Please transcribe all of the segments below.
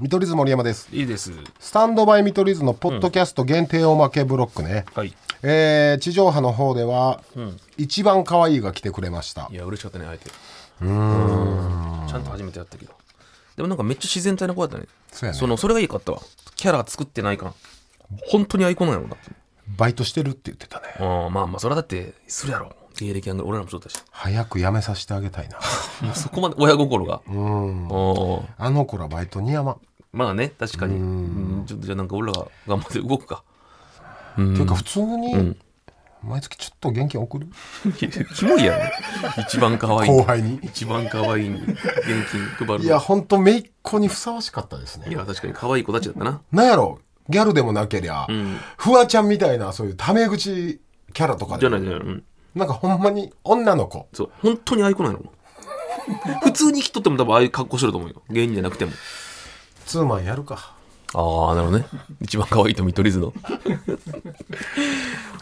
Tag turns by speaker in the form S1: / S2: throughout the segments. S1: 見取り図森山です
S2: いいです。
S1: スタンドバイ見取り図のポッドキャスト限定おまけブロックね、
S2: はい。
S1: えー地上波の方では、一番可愛いが来てくれました
S2: いや、嬉しかったね、会えて。うん。ちゃんと初めてやったけど。でもなんかめっちゃ自然体な子だったね。
S1: そうやね
S2: その、それがいいかったわ。キャラ作ってない感。本当にアイコンなのだって。
S1: バイトしてるって言ってたね
S2: うん、まあまあ、それはだって、するやろ。芸歴アングル、俺らもそうだし。
S1: 早く辞めさせてあげたいな
S2: もうそこまで親心が。うん。
S1: あの子らバイトにやまん
S2: まあね、確かに。うんちょっとじゃあなんか俺らが頑張って動く か。
S1: ていうか普通に、毎月ちょっと現金送る
S2: キモいやろ。一番可愛い。
S1: 後輩に
S2: 一番可愛いに現金配る。
S1: いや、ほんとめいっ子にふさわしかったです
S2: い
S1: ね
S2: や確かに可愛い子たちだったな。
S1: なんやろギャルでもなけりゃ、フワちゃんみたいなそういうタメ口キャラとか
S2: じ
S1: で
S2: ゃないじゃない。うん
S1: なんかほんまに女の子
S2: そう、本当にアイコンなの。普通に生きとっても多分ああいう格好してると思うよ。芸人じゃなくても。
S1: ツーマンやるか
S2: ああ、なるほどね。一番可愛いと見取り図の。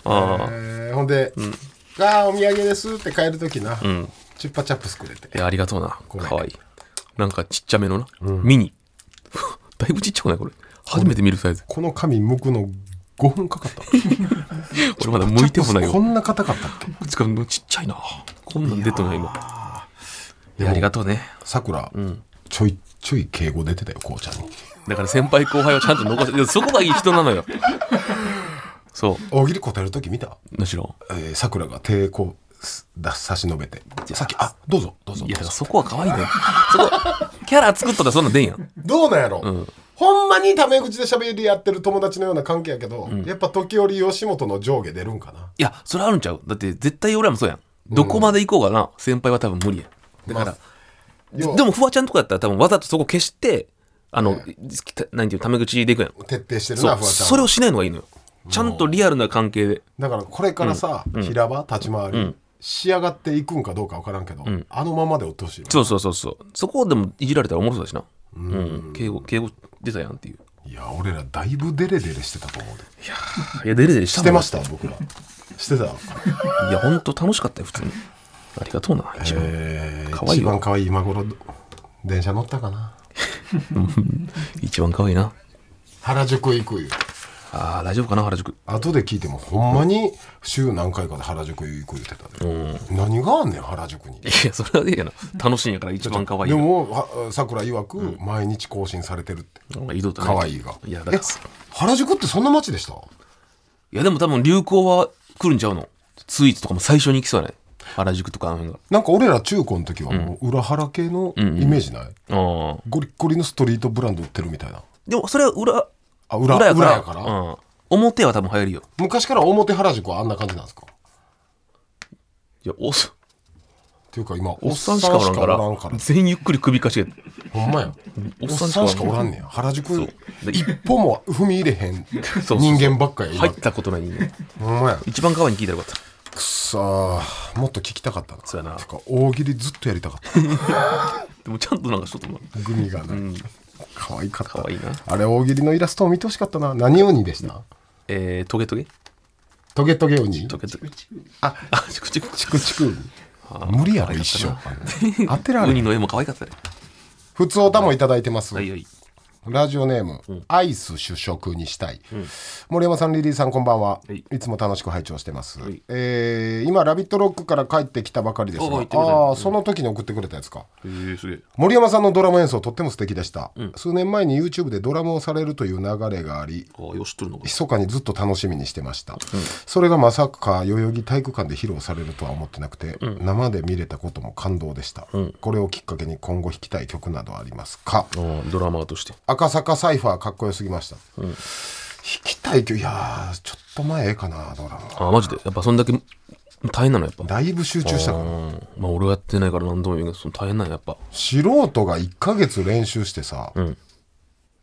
S2: ああ、
S1: えーほんで、ああお土産ですって帰るときな、
S2: ん
S1: チュッパチャップスくれて
S2: いや、ありがとうな。
S1: れ
S2: 可愛いなんかちっちゃめのな。ミニ。 だいぶちっちゃくないこれ。初めて見るサイズ。
S1: この紙剥くの5分かか った
S2: 俺まだ向いてもない
S1: チャップスこ
S2: よ。
S1: んな硬かったっけ
S2: しかもちっちゃいな。こんなん出てない今。
S1: で
S2: い
S1: も
S2: や、ありがとうね。
S1: さくらちょいちょい敬語出てたよこうちゃんに
S2: だから先輩後輩はちゃんと残していや、そこがいい人なの よ。そ
S1: 大喜利答えるとき見た
S2: う、むしろ。
S1: えーさくらが手こうすだ差し伸べてさっきあどうぞどうぞ
S2: いや、だ
S1: どうぞ
S2: からそこは可愛いのよ。そこ、キャラ作ったらそんなん出んやん。
S1: どうなんやろ、ほんまにタメ口で喋りやってる友達のような関係やけど、やっぱ時折吉本の上下出るんかない
S2: や、それあるんちゃうだって絶対俺らもそうやん。どこまで行こうがな、先輩は多分無理やん。だから、
S1: 要は
S2: でもフワちゃんとかだったら多分わざとそこ消して、あの、たなんていう、タメ口でいくやん。
S1: 徹底してる
S2: そ
S1: な
S2: う、
S1: フワちゃん
S2: それをしないのがいいのよ。ちゃんとリアルな関係で。
S1: だからこれからさ、平場立ち回り、仕上がっていくんかどうか分からんけど、あのままでおってほしいよ
S2: そうそうそうそう。そこでもいじられたら面白そうだしな。うん。敬語、敬語出たやんっていう。
S1: いや俺らだいぶデレデレしてたと思うで
S2: いや、デレデレし
S1: したて
S2: もん
S1: ました僕らして た
S2: いや、ほんと楽しかったよ、普通に。ありがとうな、一番。
S1: えー
S2: かわいい
S1: 一
S2: わ
S1: 番可愛い今頃電車乗ったかな
S2: 一番可愛いな。
S1: 原宿行くよ
S2: ああ、大丈夫かな、原宿。
S1: 後で聞いてもほんまに週何回かで原宿行く言ってたで、何があんねん原宿に
S2: いや、それはねえやな。楽しいんやから、一番可愛い
S1: で
S2: な。
S1: もはさくら曰く、毎日更新されてるって
S2: 移動とね
S1: 可愛いが
S2: いや、だから
S1: え原宿ってそんな街でした
S2: いや、でも多分流行は来るんちゃうの。スイーツとかも最初に行きそうやない。原宿とかあの辺が。
S1: なんか俺ら中高の時はもう裏腹系のイメージない、
S2: ああ。
S1: ゴリッゴリのストリートブランド売ってるみたいな
S2: でも、それは裏、
S1: あ裏裏やから
S2: うん。表は多分流行るよ。
S1: 昔から表原宿はあんな感じなんですかっ
S2: いや、おっさん
S1: ていうか今
S2: おっさんしかおらんから、
S1: おっさんしかおらん
S2: 全員ゆっくり首かしげて。
S1: ほんまやお
S2: お
S1: っ
S2: っ
S1: さ
S2: さんし
S1: んしか
S2: か
S1: おらんねや原宿
S2: で
S1: 一歩も踏み入れへん
S2: そうそう
S1: 人間ばっかや
S2: 入
S1: 今
S2: ったことない人 間。
S1: ほんまや
S2: 一番可愛いに聞いたらよかった。
S1: くさーもっと聞きたかったな
S2: そうやな
S1: てか大喜利ずっとやりたかっ た
S2: でも、ちゃんとなんかしとったもん。
S1: グミがない可愛かった
S2: 可愛いな
S1: あれ大喜利のイラストを見てほしかったな何鬼でした
S2: えー、トゲトゲ
S1: トゲトゲ鬼
S2: トゲトゲ。あ、チクチク。
S1: チクチク無理やろ一生当てら
S2: ウ
S1: れ
S2: ニ
S1: ん
S2: の絵も可愛かったね。
S1: 普通おたもいただいてます
S2: はいはい。
S1: ラジオネーム、アイス主食にしたい、森山さんリリーさんこんばんは、
S2: はい
S1: い、つも楽しく拝聴してます、
S2: い
S1: えー今「ラビットロック!」から帰ってきたばかりですがあ
S2: おう
S1: あ
S2: 行ってください
S1: ーその時に送ってくれたやつか、
S2: えー、すげえ。
S1: 森山さんのドラム演奏とっても素敵でした、数年前に YouTube でドラムをされるという流れがあり
S2: ああ、よしとるのか。
S1: 密かにずっと楽しみにしてました、それがまさか代々木体育館で披露されるとは思ってなくて、生で見れたことも感動でした、これをきっかけに今後弾きたい曲などありますか、
S2: ああ、ドラマーとして。
S1: 赤坂サイファーかっこよすぎました、弾きたいけどいやーちょっと前かなドラマ
S2: ああ、マジで。やっぱそんだけ大変なの、やっぱ。
S1: だいぶ集中したか
S2: う
S1: ら
S2: ん。まあ、俺はやってないから何度も言うけど、その大変なんや、やっぱ。
S1: 素人が1ヶ月練習してさ、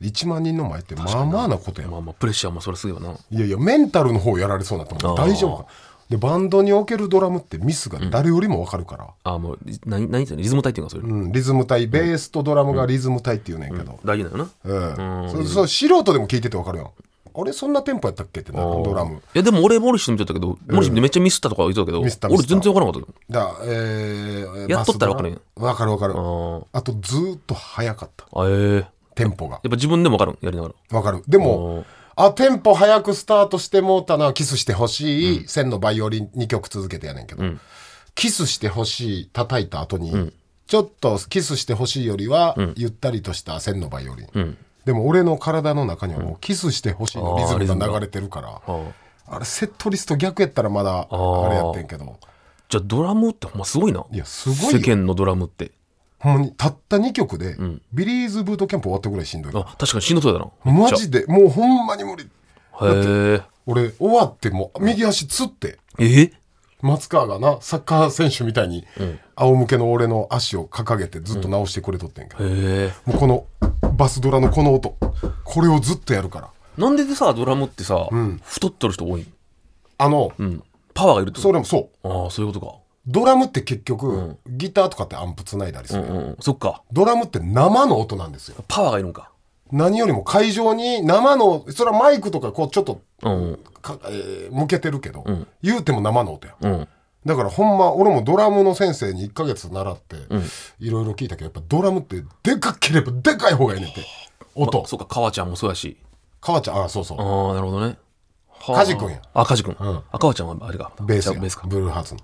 S1: 1万人の前ってまあまあなことやん
S2: まあまあ、プレッシャーもそれすげえわな。
S1: いやいやメンタルの方やられそうになと思う
S2: あー
S1: 大丈夫かでバンドにおけるドラムってミスが誰よりも分かるから、
S2: ああ、もう、い何、何言ってんのリズム体っていうか、それ。
S1: うんリズム体ベースとドラムがリズム体っていうねんけど、
S2: 大事だよな。
S1: うんそうそう素人でも聞いてて分かるよあれそんなテンポやったっけってなドラム
S2: いや、でも俺、モリシン見てたけど、モリシンでめっちゃミスったとか言ってたけど、
S1: ミスったミス
S2: 俺
S1: った
S2: 全然わからなかったよ。
S1: だえー
S2: やっとったら分かるんや
S1: 分かる分かる
S2: あ
S1: あとずーっと早かった
S2: あ、ええ
S1: テンポが
S2: やっぱ自分でも分かるんやりながら。
S1: わかるでも
S2: おー
S1: あテンポ早くスタートしてもうたなキスしてほしい、千のバイオリン2曲続けてやねんけど、キスしてほしい叩いた後に、ちょっとキスしてほしいよりは、ゆったりとした千のバイオリン、でも俺の体の中にはもうキスしてほしいの
S2: あー
S1: リズム
S2: リズム
S1: が
S2: が
S1: 流れてるから
S2: あー
S1: あれセットリスト逆やったらまだ
S2: ー
S1: あれやってんけど
S2: じゃあドラムってほんますごいな。
S1: いやすごいよ
S2: 世間のドラムって。
S1: ほんまにたった2曲で、ビリーズブートキャンプ終わったぐらいしんどい
S2: あ、確かにしんどそうやな。めっ
S1: マ
S2: ちゃ
S1: ジでもうほんまに無理
S2: へえ。
S1: 俺終わっても右足つって
S2: え
S1: 松川がなサッカー選手みたいに仰向けの俺の足を掲げてずっと直してくれとってんけど、
S2: へえ。
S1: もうこのバスドラのこの音これをずっとやるから
S2: なんででさ、ドラムってさ、太ってる人多いん
S1: あの、
S2: うん。パワーがいるってこ
S1: そ
S2: と
S1: れもそう
S2: ああ、そういうこ
S1: ドラムって結局、ギターとかってアンプつないだりす
S2: と
S1: る、
S2: か。うんうん。そっか。
S1: ドラムって生の音なんですよ
S2: パワーがいるんか。
S1: 何よりも会場に生のそれはマイクとかこうちょっと
S2: うんうん。
S1: か、えー向けてるけど、言うても生の音やん
S2: うん。
S1: だからほんま俺もドラムの先生に1ヶ月習っていろいろ聞いたけどやっぱドラムってでかければでかい方がいいねんって音、
S2: まあそうか、川ちゃんもそうやし。
S1: 川ちゃんあそうそう
S2: ああ、なるほどね。はあ
S1: 梶君や。
S2: あ、カジ君。
S1: ん
S2: あ、川ちゃんはあれか。
S1: ベースや
S2: じゃあベースか。
S1: ブルーハーツの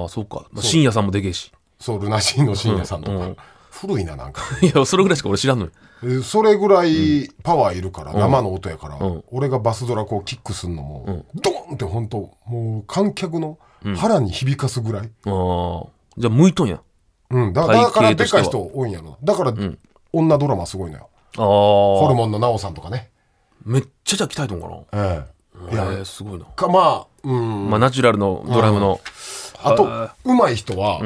S2: ああ、そうか。まあ、深夜さんもでけえし。
S1: ソウルナシーの深夜さんとか、古いななんか
S2: いや、それぐらいしか俺知らんのよ。
S1: えそれぐらいパワーいるから、生の音やから、俺がバスドラこうキックすんのも、ドーンって本当もう観客の腹に響かすぐらい、
S2: ああ。じゃあ、向いとんや。
S1: うんだ
S2: 体
S1: だから
S2: 型と
S1: で
S2: して
S1: か
S2: はい
S1: 人多いんやろなだから、女ドラマすごいのよ
S2: あ
S1: ホル
S2: あ。
S1: モンの奈緒さんとかね、
S2: めっちゃじゃあ鍛えとんかな。
S1: ええいや
S2: えー、すごいな。
S1: かまあうん
S2: まあ、ナチュラルのドラムの。
S1: あと上手い人は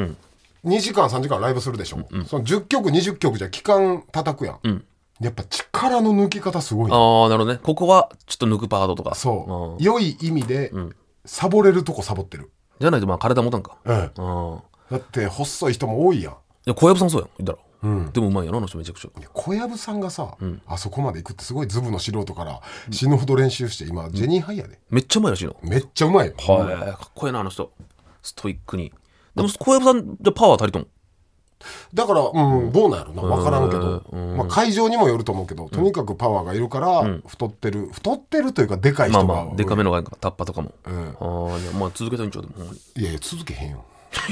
S1: 2時間3時間ライブするでしょ、その10曲20曲じゃ期間叩くやん、やっぱ力の抜き方すごいな
S2: ああ、なるほどね。ここは、ちょっと抜くパートとか。
S1: そうう良い意味で、サボれるとこサボってる、
S2: んじゃないと、まあ、体持たんか。
S1: ええ
S2: うん。
S1: だって細い人も多いやん
S2: いや、小籔さんそうやん。言ったら。でもうまいんやろ、あの人めちゃくちゃ。
S1: 小籔さんがさ、あそこまで行くってすごいズブの素人から死ぬほど練習して今ジェニーハイやで
S2: めっちゃうまいらしいの。
S1: めっちゃうまいよ、
S2: はい。かっこいいな、あの人。ストイックに。でも、小籔さん、じゃあパワー足りとん。
S1: だから、うん、どうなんやろな分からんけど、まあ、会場にもよると思うけどとにかくパワーがいるから太ってる、太ってるというかでかい
S2: まあ
S1: 人
S2: ま
S1: が
S2: あ、でかめのがいいんか、タッパとかも。
S1: ん
S2: ああ、いや、まあ、続けたいんちゃうでも、ほんまに。
S1: いやいや続けへんよ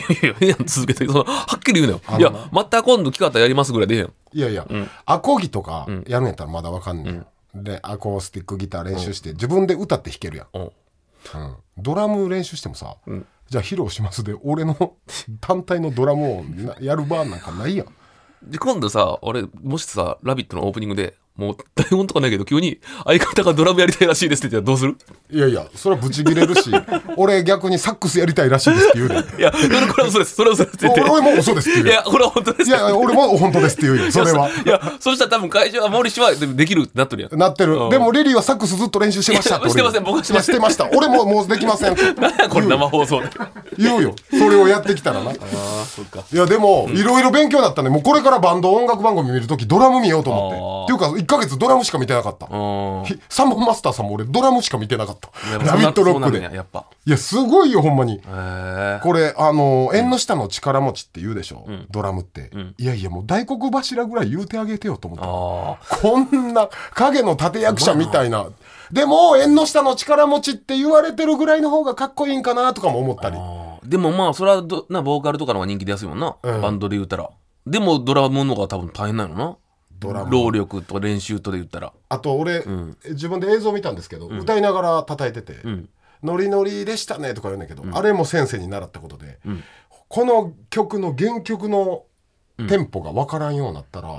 S2: いやいや、ええやん、続けて。そのはっきり言うなよ。いや、また今度来かったらやりますぐらいでええやん。
S1: いやいや、アコギとかやるんやったらまだわかんねん、でアコースティックギター練習して、自分で歌って弾けるやん、
S2: うん
S1: うんドラム練習してもさ、じゃあ披露しますで俺の 単体のドラムをなやるバーなんかないやん
S2: で、今度さ、俺、もしさ、ラビットのオープニングで、もう台本とかないけど、急に相方がドラムやりたいらしいですって言ったらどうする
S1: いやいやそれはブチギレる し俺逆にサックスやりたいらしいですって言うで
S2: いや、それこれは嘘です。それは嘘ですって言
S1: 俺
S2: っ
S1: 俺も嘘ですって
S2: て。
S1: 言
S2: い
S1: うよ
S2: や、これは本当です。
S1: いやいや俺も本当ですって言うよそれはい
S2: や、そしたら多分会場は、森氏はでできるってなってるやん。
S1: なってる
S2: ん
S1: でもリリーはサックスずっと練習してましたって
S2: いや してません
S1: 俺
S2: 僕はしてません
S1: いやしてました俺ももうできませんって
S2: なんやこれ生放送で。
S1: 言うよそれをやってきたらな
S2: ああ、そっか。
S1: いやでも、いろいろ勉強だったね。もうこれからバンド音楽番組見るときドラム見ようと思って。っていうか、1ヶ月ドラムしか見てなかった。
S2: う
S1: ひサンボマスターさんも俺ドラムしか見てなかった。
S2: ん。
S1: ラビットロック
S2: そうなるんや
S1: で。
S2: やっぱ。
S1: いや、すごいよ、ほんまに。
S2: へえ。
S1: これ、あの、縁の下の力持ちって言うでしょ、ドラムって、いやいや、もう大黒柱ぐらい言うてあげてよと思った。
S2: あ
S1: こんな影の立役者みたいな。でも、縁の下の力持ちって言われてるぐらいの方がかっこいいんかなとかも思ったり。
S2: あ。でもまあ、それはど、な、ボーカルとかの方が人気出やすいもんな。バンドで言うたら。でも、ドラムの方が多分大変なのな。
S1: ドラム
S2: 労力と練習とで言ったら。
S1: あと俺、自分で映像見たんですけど、歌いながら叩いてて、ノリノリでしたねとか言うんだけど、あれも先生に習ったことで、この曲の原曲のテンポがわからんようになったら、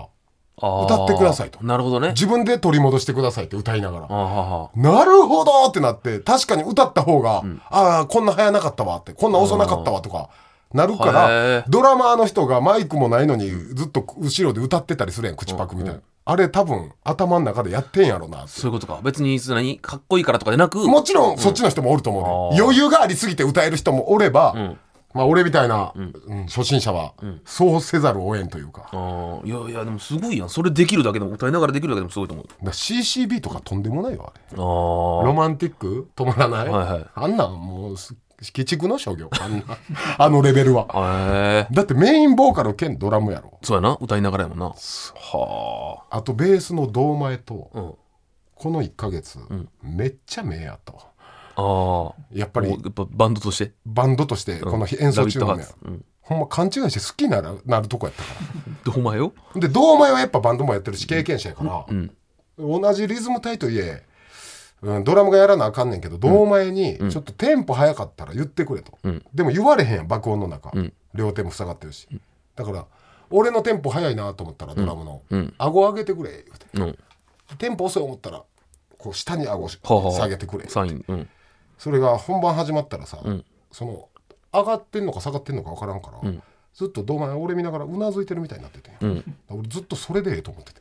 S2: あー
S1: 歌ってくださいと
S2: なるほどね。
S1: 自分で取り戻してくださいって歌いなが
S2: あ
S1: ら。
S2: ーは
S1: なるほどってなって、確かに歌った方が、ああ、こんな早なかったわって、こんな遅なかったわとか、なるか
S2: へ
S1: ら
S2: え、
S1: ドラマーの人がマイクもないのに、ずっと後ろで歌ってたりするやん、口パクみたいな。あれ多分、頭の中でやってんやろなって。
S2: そういうことか。別に、そんなにかっこいいからとかじゃなく、
S1: もちろんそっちの人もおると思う、ね
S2: あー
S1: 余裕がありすぎて歌える人もおれば、まあ俺みたいな、うん初心者は、そうせざるを得んというか,、
S2: ああ、いやいや、でもすごいやん。それできるだけでも、歌いながらできるだけでもすごいと思う。
S1: だから CCB とかとんでもないわあれ
S2: あ
S1: ロマンティック止まらない、
S2: はいはい
S1: あんなんもうす鬼畜の商業あんな あのレベルは
S2: え
S1: だってメインボーカル兼ドラムやろ
S2: そうやな歌いながらやもんなは
S1: あとベースの堂前と
S2: あうん
S1: この1ヶ月、めっちゃ目やったわ
S2: ああ
S1: やっぱ
S2: や
S1: り
S2: っぱバンドとして
S1: バンドとしてこの日演奏中の目や、
S2: ラビットハーツうん
S1: ほんま勘違いして好きになるなるとこやったか
S2: どう前よ
S1: らで堂前はやっぱバンドもやってるし経験者やから、
S2: うん
S1: 同じリズム体といえ、うん、ドラムがやらなあかんねんけど堂前にちょっとテンポ早かったら言ってくれと、
S2: ん
S1: でも言われへんやん爆音の中、
S2: ん
S1: 両手も塞がってるし、だから俺のテンポ早いなと思ったらドラムの、
S2: うん
S1: 顎上げてくれ言うて
S2: うん
S1: テンポ遅い思ったらこう下に顎をし
S2: はあはあ
S1: 下げてくれ
S2: サイン うん
S1: それが本番始まったらさ、
S2: ん
S1: その上がってんのか下がってんのか分からんから、ずっと堂前俺見ながらうなずいてるみたいになってて、俺ずっとそれでええと思ってて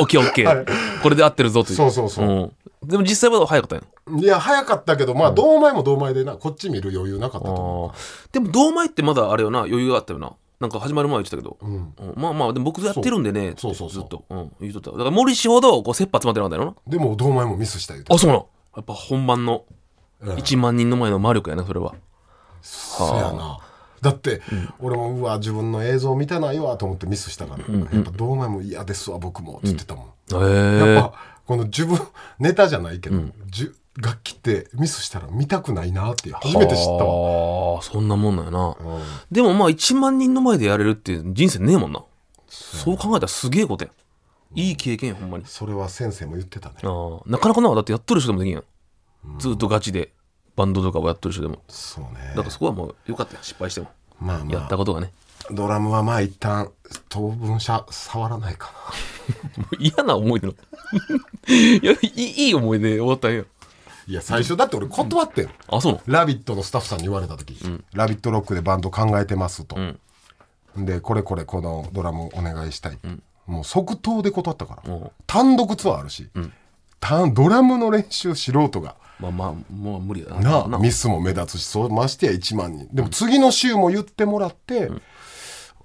S2: オッケーオッケーこれで合ってるぞという
S1: そうそうそう
S2: うん、でも実際は早かったん
S1: い
S2: や
S1: や早かったけどまあ堂前も堂前でなこっち見る余裕なかったと思
S2: あーでも堂前ってまだあれよな余裕があったよななんか始まる前言ってたけど、
S1: う、うん、
S2: うんまあまあでも僕やってるんでね
S1: そうそうそうそう
S2: ずっと、うん、言うとっただから森氏ほどこう切羽詰まってなかったんやろ
S1: でも堂前もミスした言うて
S2: なあそうなのやっぱ本番の
S1: うん
S2: 1万人の前の魔力やなそれは
S1: そうやなだって、俺もうわ自分の映像見てないわと思ってミスしたから、やっぱ堂前も嫌ですわ僕もって言ってたもん、
S2: へえ
S1: やっ
S2: ー、
S1: ぱこの自分ネタじゃないけど、じゅ楽器ってミスしたら見たくないなって初めて知ったわ、
S2: わそんなもんなんやな、
S1: うん
S2: でもまあ1万人の前でやれるって人生ねえもんなそう考えたらすげえことやいい経験やほんまに
S1: それは先生も言ってたね
S2: ああなかなかなだってやっとる人でもできんやんずっとガチでバンドとかをやっとる人でも
S1: そうね
S2: だからそこはもうよかったよ失敗しても
S1: まあま
S2: やった
S1: あ
S2: ことがね
S1: ドラムはまあ一旦当分者触らないか
S2: もう嫌な思い出の いやいいいい思い出終わったんや
S1: ないや最初だって俺断ってる
S2: あそうなの
S1: ラビット!」のスタッフさんに言われた時「ラビットロックでバンド考えてます」と、
S2: ん
S1: でこれこれこのドラムお願いしたい、もう即答で断ったから、
S2: うん
S1: 単独ツアーあるし、たドラムの練習素人が
S2: まあまあもう無理だな
S1: なあ
S2: な
S1: ミスも目立つしそうましてや1万人でも次の週も言ってもらって、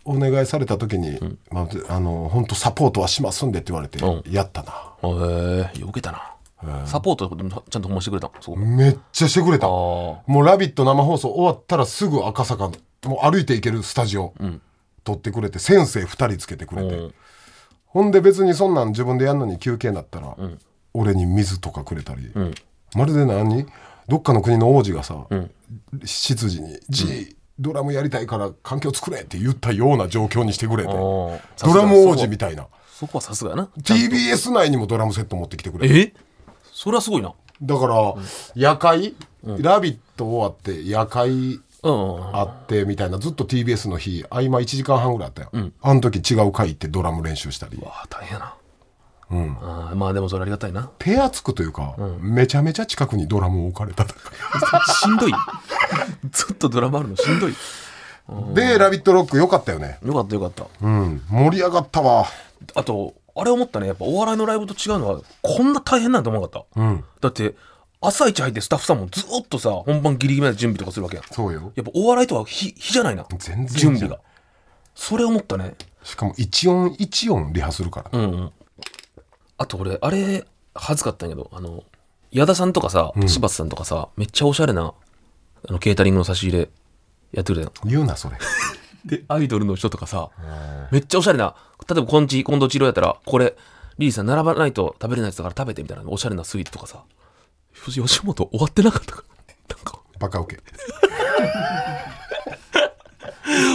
S1: お願いされた時に「まあ、あの本当サポートはしますんで」って言われて、
S2: う
S1: やったな
S2: へえよけたなサポートとかでもちゃんとほんましてくれたのそこ
S1: めっちゃしてくれたも
S2: ああ
S1: う「ラビット!」生放送終わったらすぐ赤坂のもう歩いて行けるスタジオ、撮ってくれて先生2人つけてくれて、
S2: うん
S1: ほんで別にそんなん自分でやんのに休憩になったら、俺に水とかくれたり、まるで何どっかの国の王子がさ、執事に「じい、ドラムやりたいから環境作れ」って言ったような状況にしてくれて
S2: あ
S1: ド
S2: ー
S1: ラム王子みたいな
S2: そこはさすがやな
S1: TBS 内にもドラムセット持ってきてくれて
S2: えそれはすごいな
S1: だから夜会「ラビット!」終わって夜会
S2: うんうん
S1: あってみたいなずっと TBS の日合間1時間半ぐらいあったよ、あの時違う会行ってドラム練習したり
S2: わあ大変やなうんあーまあでもそれありがたいな
S1: 手厚くというか、めちゃめちゃ近くにドラムを置かれたとか
S2: しんどいずっとドラマあるのしんどい
S1: で「ラビットロック」良かったよね
S2: よかったよかった
S1: うん盛り上がったわ
S2: あとあれ思ったねやっぱお笑いのライブと違うのはこんな大変なんて思わなかった、
S1: うん
S2: だって朝一入ってスタッフさんもずっとさ本番ギリギリまで準備とかするわけやん
S1: そうよ
S2: やっぱお笑いとは日日じゃないな
S1: 全然じゃな
S2: 準
S1: い
S2: 備がそれ思ったね
S1: しかも一音一音リハするから、
S2: うんうんあと俺あれ恥ずかったんやけどあの矢田さんとかさ柴田さんとかさ、めっちゃおしゃれなあのケータリングの差し入れやってくれたの
S1: 言うなそれ
S2: でアイドルの人とかさめっちゃおしゃれな例えばこんち近藤千尋やったらこれリリーさん並ばないと食べれないやつだから食べてみたいなおしゃれなスイーツとかさ吉吉本終わってなかったかなんか
S1: バカウケ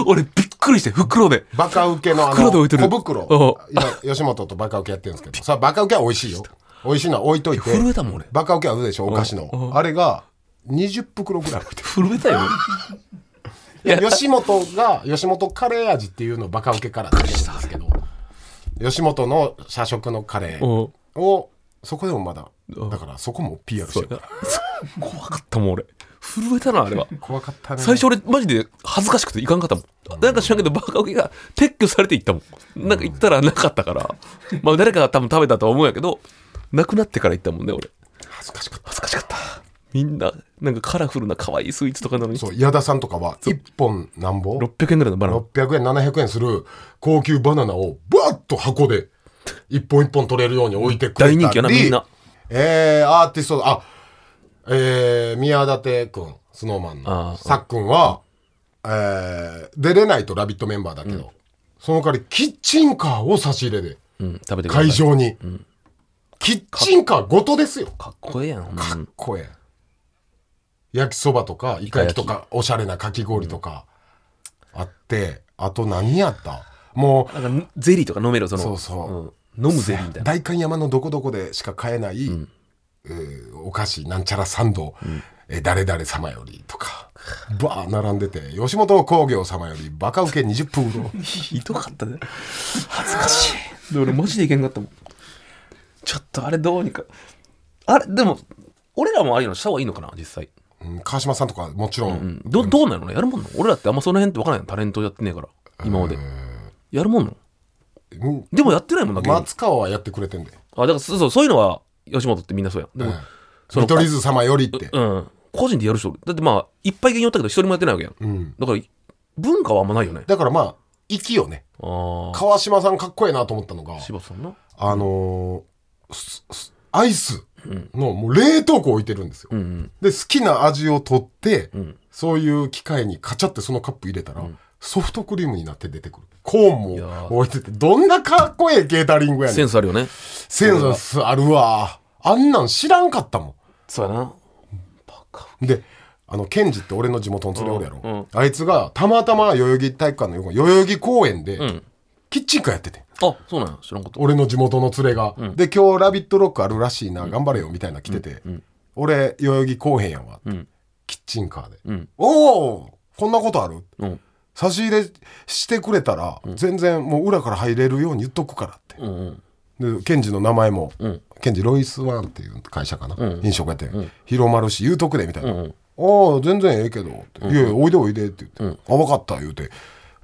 S2: 俺びっくりして袋で
S1: バカウケのあ
S2: 袋
S1: の
S2: で置いてる
S1: 小袋
S2: う
S1: 今吉本とバカウケやってるんですけどさバカウケは美味しいよ美味しいのは置いといて
S2: 震えたもん俺
S1: バカウケはあるでしょお菓子のあれが20袋ぐらい置いて
S2: 震えたよいや
S1: る吉本が吉本カレー味っていうのをバカウケから出てるんですけど吉本の社食のカレー
S2: うん
S1: をそこでもまだだからそこも PR してるから
S2: 怖かったもん俺震えたなあれは
S1: 怖かったね
S2: 最初俺マジで恥ずかしくていかんかったもんなんか知らんけどバカウケが撤去されていったもんなんか行ったらなかったからまあ誰かが多分食べたとは思うんやけどなくなってから行ったもんね俺
S1: 恥ずかしかった
S2: 恥ずかしかったみんななんかカラフルな可愛いスイーツとかなのに
S1: そう矢田さんとかは1本なんぼ
S2: 600円ぐらいのバナナ
S1: 600円700円する高級バナナをバーッと箱で一本一本取れるように置いてくれたり
S2: 大人気やなみんな
S1: えー、アーティストあえー、宮舘君、スノーマン
S2: あー
S1: の、さっくんは、えー、出れないとラビットメンバーだけど、その代わりキッチンカーを差し入れで、
S2: うん、食べてください
S1: 会場に。キッチンカーごとですよ。
S2: かっこええやんほんま
S1: かっこええ。焼きそばとか、イカ焼きとか、おしゃれなかき氷とか、あって、あと何やったもう、
S2: なんかゼリーとか飲めるその
S1: そうそ
S2: うん飲むゼリーみたいな
S1: 代官山のどこどこでしか買えない、えーお菓子なんちゃらサンド、えー誰々様よりとかバー並んでて吉本興業様よりバカウケ20分後
S2: ひどかったね恥ずかしいで俺マジでいけんかったもんちょっとあれどうにかあれでも俺らもああいうのした方がいいのかな実際、
S1: うん川島さんとかもちろん、
S2: うん、どどうなのやるもんの俺らってあんまその辺って分からないタレントやってねえから今までやるもんの
S1: うん
S2: でもやってないもんだけど、
S1: 松川はやってくれてんで、
S2: あだからそうそうそういうのは吉本ってみんなそうやんでも、その
S1: 見取り図様よりって、
S2: うん個人でやる人だってまあいっぱい芸人おったけど一人もやってないわけやん
S1: うん、
S2: だから文化はあんまないよね
S1: だからまあ息をね
S2: ああ
S1: 川島さんかっこええなと思ったのが
S2: 柴田さんな
S1: あのーすすアイスのもう冷凍庫置いてるんですよ、
S2: うんうん
S1: で好きな味を取って、
S2: ん
S1: そういう機械にカチャってそのカップ入れたら、ソフトクリームになって出てくるコーン
S2: やー
S1: も置いててどんなかっこええケータリングや
S2: セ
S1: ねん
S2: ンスあるよね
S1: センスあるわあんなん知らんかったも
S2: そうやな。
S1: んであのケンジって俺の地元の連れおるやろ、
S2: うんうん
S1: あいつがたまたま代々木体育館の横代々木公園で、
S2: ん
S1: キッチンカーやってて
S2: あ、そうなんや。知らんこと。
S1: 俺の地元の連れが、で今日「ラビットロックあるらしいな、頑張れよ」みたいな来てて「俺代々木公園やわ」
S2: ん
S1: キッチンカーで「
S2: うん
S1: おおこんなことある
S2: うん。
S1: 差し入れしてくれたら、全然もう裏から入れるように言っとくから」って
S2: うんうん。
S1: でケンジの名前も、
S2: ん
S1: ケンジロイスワンっていう会社かな、
S2: ん
S1: 飲食やって、広まるし言うとくでみたいな「
S2: うん
S1: ああ全然ええけど」っていやいやおいでおいで」って言って「あ分かった」言うて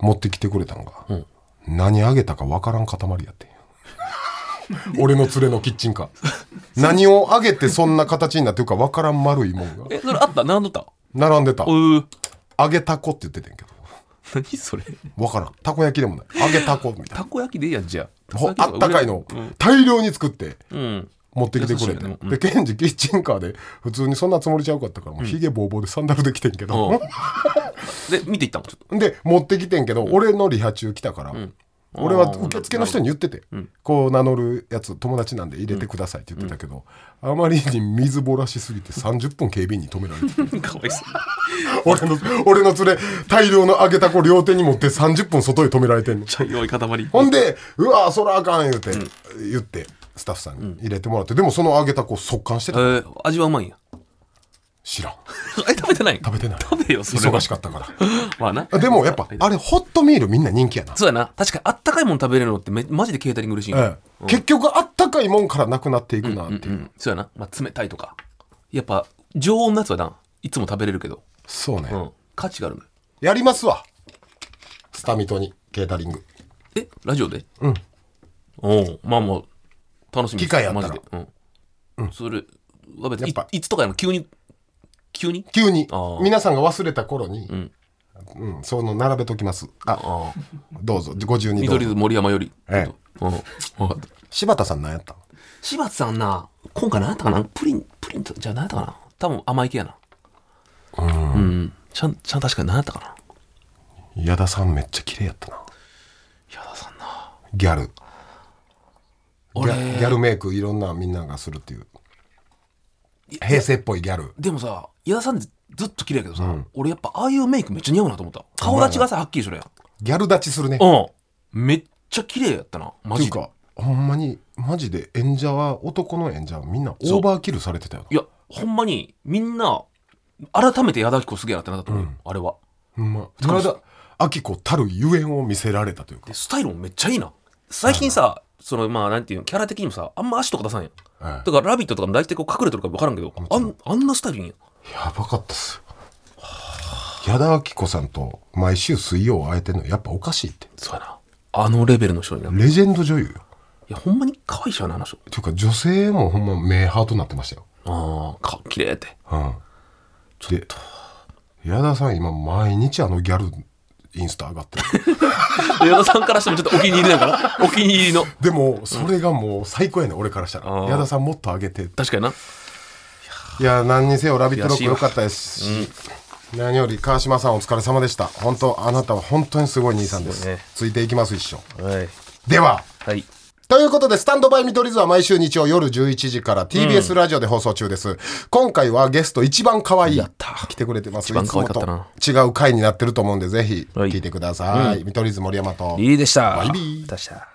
S1: 持ってきてくれたんが、何あげたか分からん塊やってん俺の連れのキッチン カー何をあげてそんな形になってるか分からん丸いもんが
S2: え、それあった並んどった
S1: 並んでた
S2: うー。
S1: 揚げたこって言っててんけど
S2: 何それ
S1: 分からんたこ焼きでもない揚げたこみたい
S2: たこ焼きでいいやん、じゃあ。
S1: なほあったかいのを
S2: うん。
S1: 大量に作って
S2: うん。
S1: 持ってきてくれ、
S2: 優していねうん
S1: でケンジキッチンカーで普通にそんなつもりちゃうかったからもうひげぼうぼうでサンダルで来てんけど、
S2: うんで、見ていったのちょっ
S1: で持ってきてんけど、俺のリハ中来たから、俺は受付の人に言ってて、こう名乗るやつ友達なんで入れてくださいって言ってたけど、あまりに水ぼらしすぎて30分警備員に止められて
S2: と。かわいそう。
S1: 俺の俺の連れ大量の揚げたこ両手に持って30分外へ止められてんの
S2: 茶色い塊。
S1: ほんで「うわそらあかん」言うて、言ってスタッフさんに入れてもらってでもその揚げたこ速乾して
S2: え
S1: た
S2: ー、味はうまいんや。
S1: 知らん
S2: え、食べてない
S1: 食べてない
S2: 食べよ、それは。
S1: 忙しかったから
S2: まあな。
S1: でもやっぱあれホットミールみんな人気やな、
S2: そうやな。確かにあったかいもん食べれるのってめマジでケータリング嬉しいよ
S1: ええ結局あったかいもんからなくなっていくなっていう、
S2: うん。そうやな。まあ、冷たいとか。やっぱ、常温のやつはな、いつも食べれるけど。
S1: そうね、
S2: うん。価値があるのよ。
S1: やりますわスタミトにケータリング
S2: えラジオでうんおうまあもう楽しみで
S1: 機
S2: す
S1: 会あったら
S2: マジでうん、それは別に
S1: やっぱ
S2: いいつとかやの急に急に
S1: 急に
S2: あー
S1: 皆さんが忘れた頃に、うんんその並べときますあ
S2: ああ
S1: どうぞ52どう
S2: 緑
S1: ぞ
S2: 図森山より
S1: ええ
S2: うんわ かった
S1: 柴田さん何やった
S2: 柴田さんな今回何やったかなプリンプリンとじゃあ何やったかな多分甘い系やなうんちゃんちゃん確かに何やったかな
S1: 矢田さんめっちゃ綺麗やったな
S2: 矢田さんな
S1: ギャルギ
S2: 俺
S1: ャギャルメイクいろんなみんながするっていう平成っぽいギャル
S2: でもさ矢田さんずっと綺麗やけどさ、俺やっぱああいうメイクめっちゃ似合うなと思った顔立ちがさはっきりしろやん
S1: ギャル立ちするね
S2: うんめっちゃ綺麗やったなマ
S1: ってい
S2: ジ
S1: う
S2: で
S1: かほんまにマジで演者は男の演者はみんなオーバーキルされてたよない
S2: や、ほんまに、みんな、改めて矢田明子すげえなってなったと思う、あれは。
S1: ほんま寺田明子たるゆえんを見せられたというか
S2: で、スタイルもめっちゃいいな。最近さ、その、まあ、なんていうの、キャラ的にもさ、あんま足とか出さんやん。
S1: ええ
S2: だから、ラビットとかも大体こう隠れてるから分からんけど、あんあんなスタイルいいんや。
S1: やばかったっす矢田亜希子さんと毎週水曜会えてんのやっぱおかしいって
S2: そうやな。あのレベルの人にな。い
S1: レジェンド女優よ
S2: や、ほんまに可愛いしゃな、あの人。
S1: ていうか女性もほんま名ハートになってましたよ
S2: ああ、顔綺麗って。
S1: うんで矢田さん今毎日あのギャルインスタ上がってる
S2: で矢田さんからしてもちょっとお気に入りだ から、お気に入りの。
S1: でもそれがもう最高やね俺からしたら
S2: あー
S1: 矢田さんもっと上げて
S2: 確かにな。いや
S1: いや何にせよ「ラビット!」ロック良かったですし、何より川島さんお疲れ様でした本当あなたは本当にすごい兄さんです
S2: そうね
S1: ついていきます一生
S2: はい。
S1: では
S2: はい。
S1: ということで、スタンドバイ見取り図は毎週日曜夜11時から TBS ラジオで放送中です。今回はゲスト一番可愛い。やった。来てくれてます。一
S2: 番可愛かったな
S1: 違う回になってると思うんで、ぜひ
S2: はい
S1: 聞いてください。見取り図森山と。
S2: リリーでした。
S1: バイビー
S2: でした。